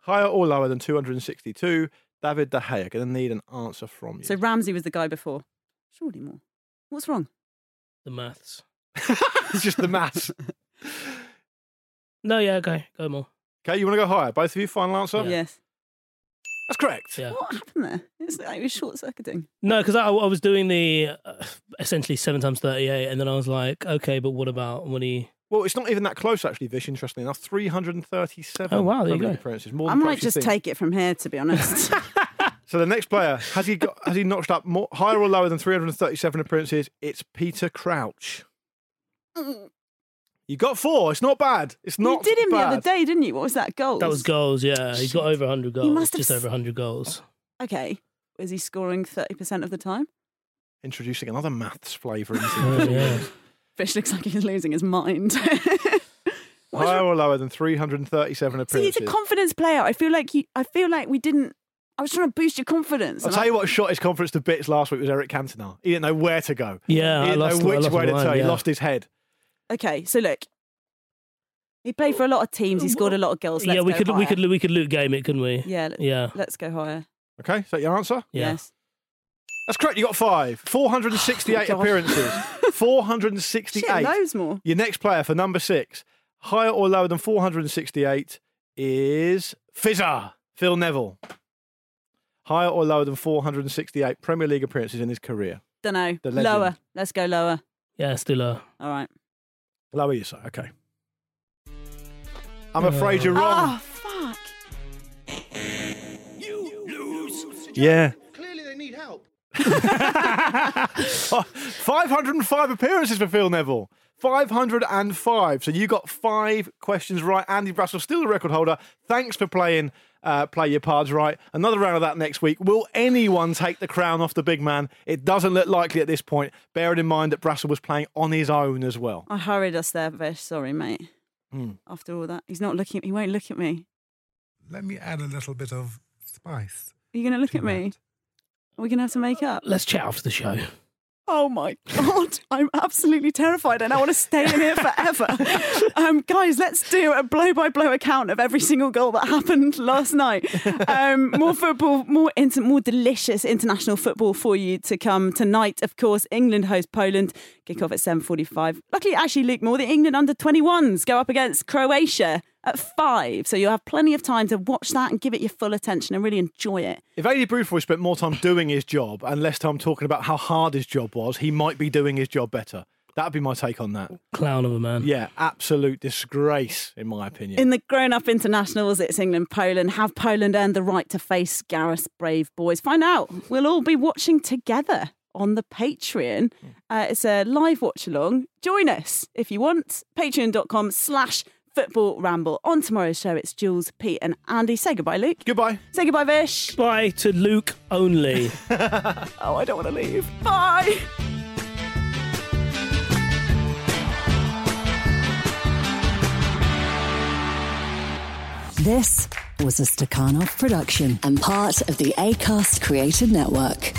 Higher or lower than 262, David De Gea. Going to need an answer from you. So Ramsey was the guy before. Surely more. What's wrong? The maths. it's just (laughs) the maths. No, yeah, okay. Go more. Okay, you want to go higher? Both of you, final answer? Yes. That's correct. Yeah. What happened there? It's like it was short circuiting. No, because I, I was doing the uh, essentially seven times 38, and then I was like, okay, but what about when he. Well, it's not even that close, actually, Vish, interestingly enough. 337 Oh, wow, there you Premier League go. appearances, more I than might perhaps you just think. take it from here, to be (laughs) honest. (laughs) So the next player, has he got has he notched up more higher or lower than 337 appearances? It's Peter Crouch. You got four. It's not bad. It's you not did him the bad. other day, didn't you? What was that goal? That was goals, yeah. He's got over 100 goals. must have just s- over 100 goals. Okay. Was he scoring 30% of the time? Introducing another maths flavour (laughs) into Oh, the yeah. Fish looks like he's losing his mind. (laughs) Higher or lower than 337 See, he's appearances. a confidence player. I feel like you. I feel like we didn't. I was trying to boost your confidence. I'll and tell I- you what shot his conference to bits last week was Eric Cantona. He didn't know where to go. Yeah, He Uh, I didn't lost know I which lost way my to mind, turn. He yeah. lost his head. Okay, so look, he played for a lot of teams. He scored a lot of goals. Let's yeah, we go could we higher. could we could loot game it, couldn't we? Yeah, let's, Yeah. let's go higher. Okay, is that your answer? Yeah. Yes. That's correct. You (sighs) got five. (laughs) 468 appearances. 468. Oh, Shit, loads more. Your next player for number six, higher or lower than 468, is Fizzer, Phil Neville. Higher or lower than 468 Premier League appearances in his career. Don't know. The legend. Lower. Let's go lower. Yeah, still uh, All right. Lower you say, okay. I'm afraid you're Oh wrong. fuck. Yeah. (laughs) Clearly they need help. 505 appearances for Phil Neville. 505. So you got five questions right. Andy Brassel, still the record holder. Thanks for playing. Uh, play your cards right. Another round of that next week. Will anyone take the crown off the big man? It doesn't look likely at this point, bearing in mind that Brassel was playing on his own as well. I hurried us there, Vish. Sorry, mate. Hmm. After all that, he's not looking. He won't look at me. Let me add a little bit of spice. Are you going to look to at me? that. Are we going to have to make up? let's chat after the show. Oh my god, (laughs) I'm absolutely terrified, and I want to stay in here forever. um, guys, let's do a blow-by-blow account of every single goal that happened last night. Um, more football, more inter- more delicious international football for you to come tonight. Of course, England host Poland. Kick off at 7:45. Luckily, actually, Luke Moore, the England under 21s go up against Croatia at five, so you'll have plenty of time to watch that and give it your full attention and really enjoy it. If Andy Bruford spent more time doing his job and less time talking about how hard his job was, he might be doing his job better. That'd be my take on that. Clown of a man. Yeah, absolute disgrace, in my opinion. In the grown up internationals, it's England Poland. Have Poland earned the right to face Gareth's brave boys? Find out. We'll all be watching together on the Patreon. Uh, it's a live watch along. Join us if you want. Patreon.com slash football ramble. On tomorrow's show, it's Jules, Pete, and Andy. Say goodbye, Luke. Goodbye. Say goodbye, Vish. Bye to Luke (laughs) only. Oh, I don't want to leave. Bye. This was a Stakhanov production and part of the Acast Creative Network.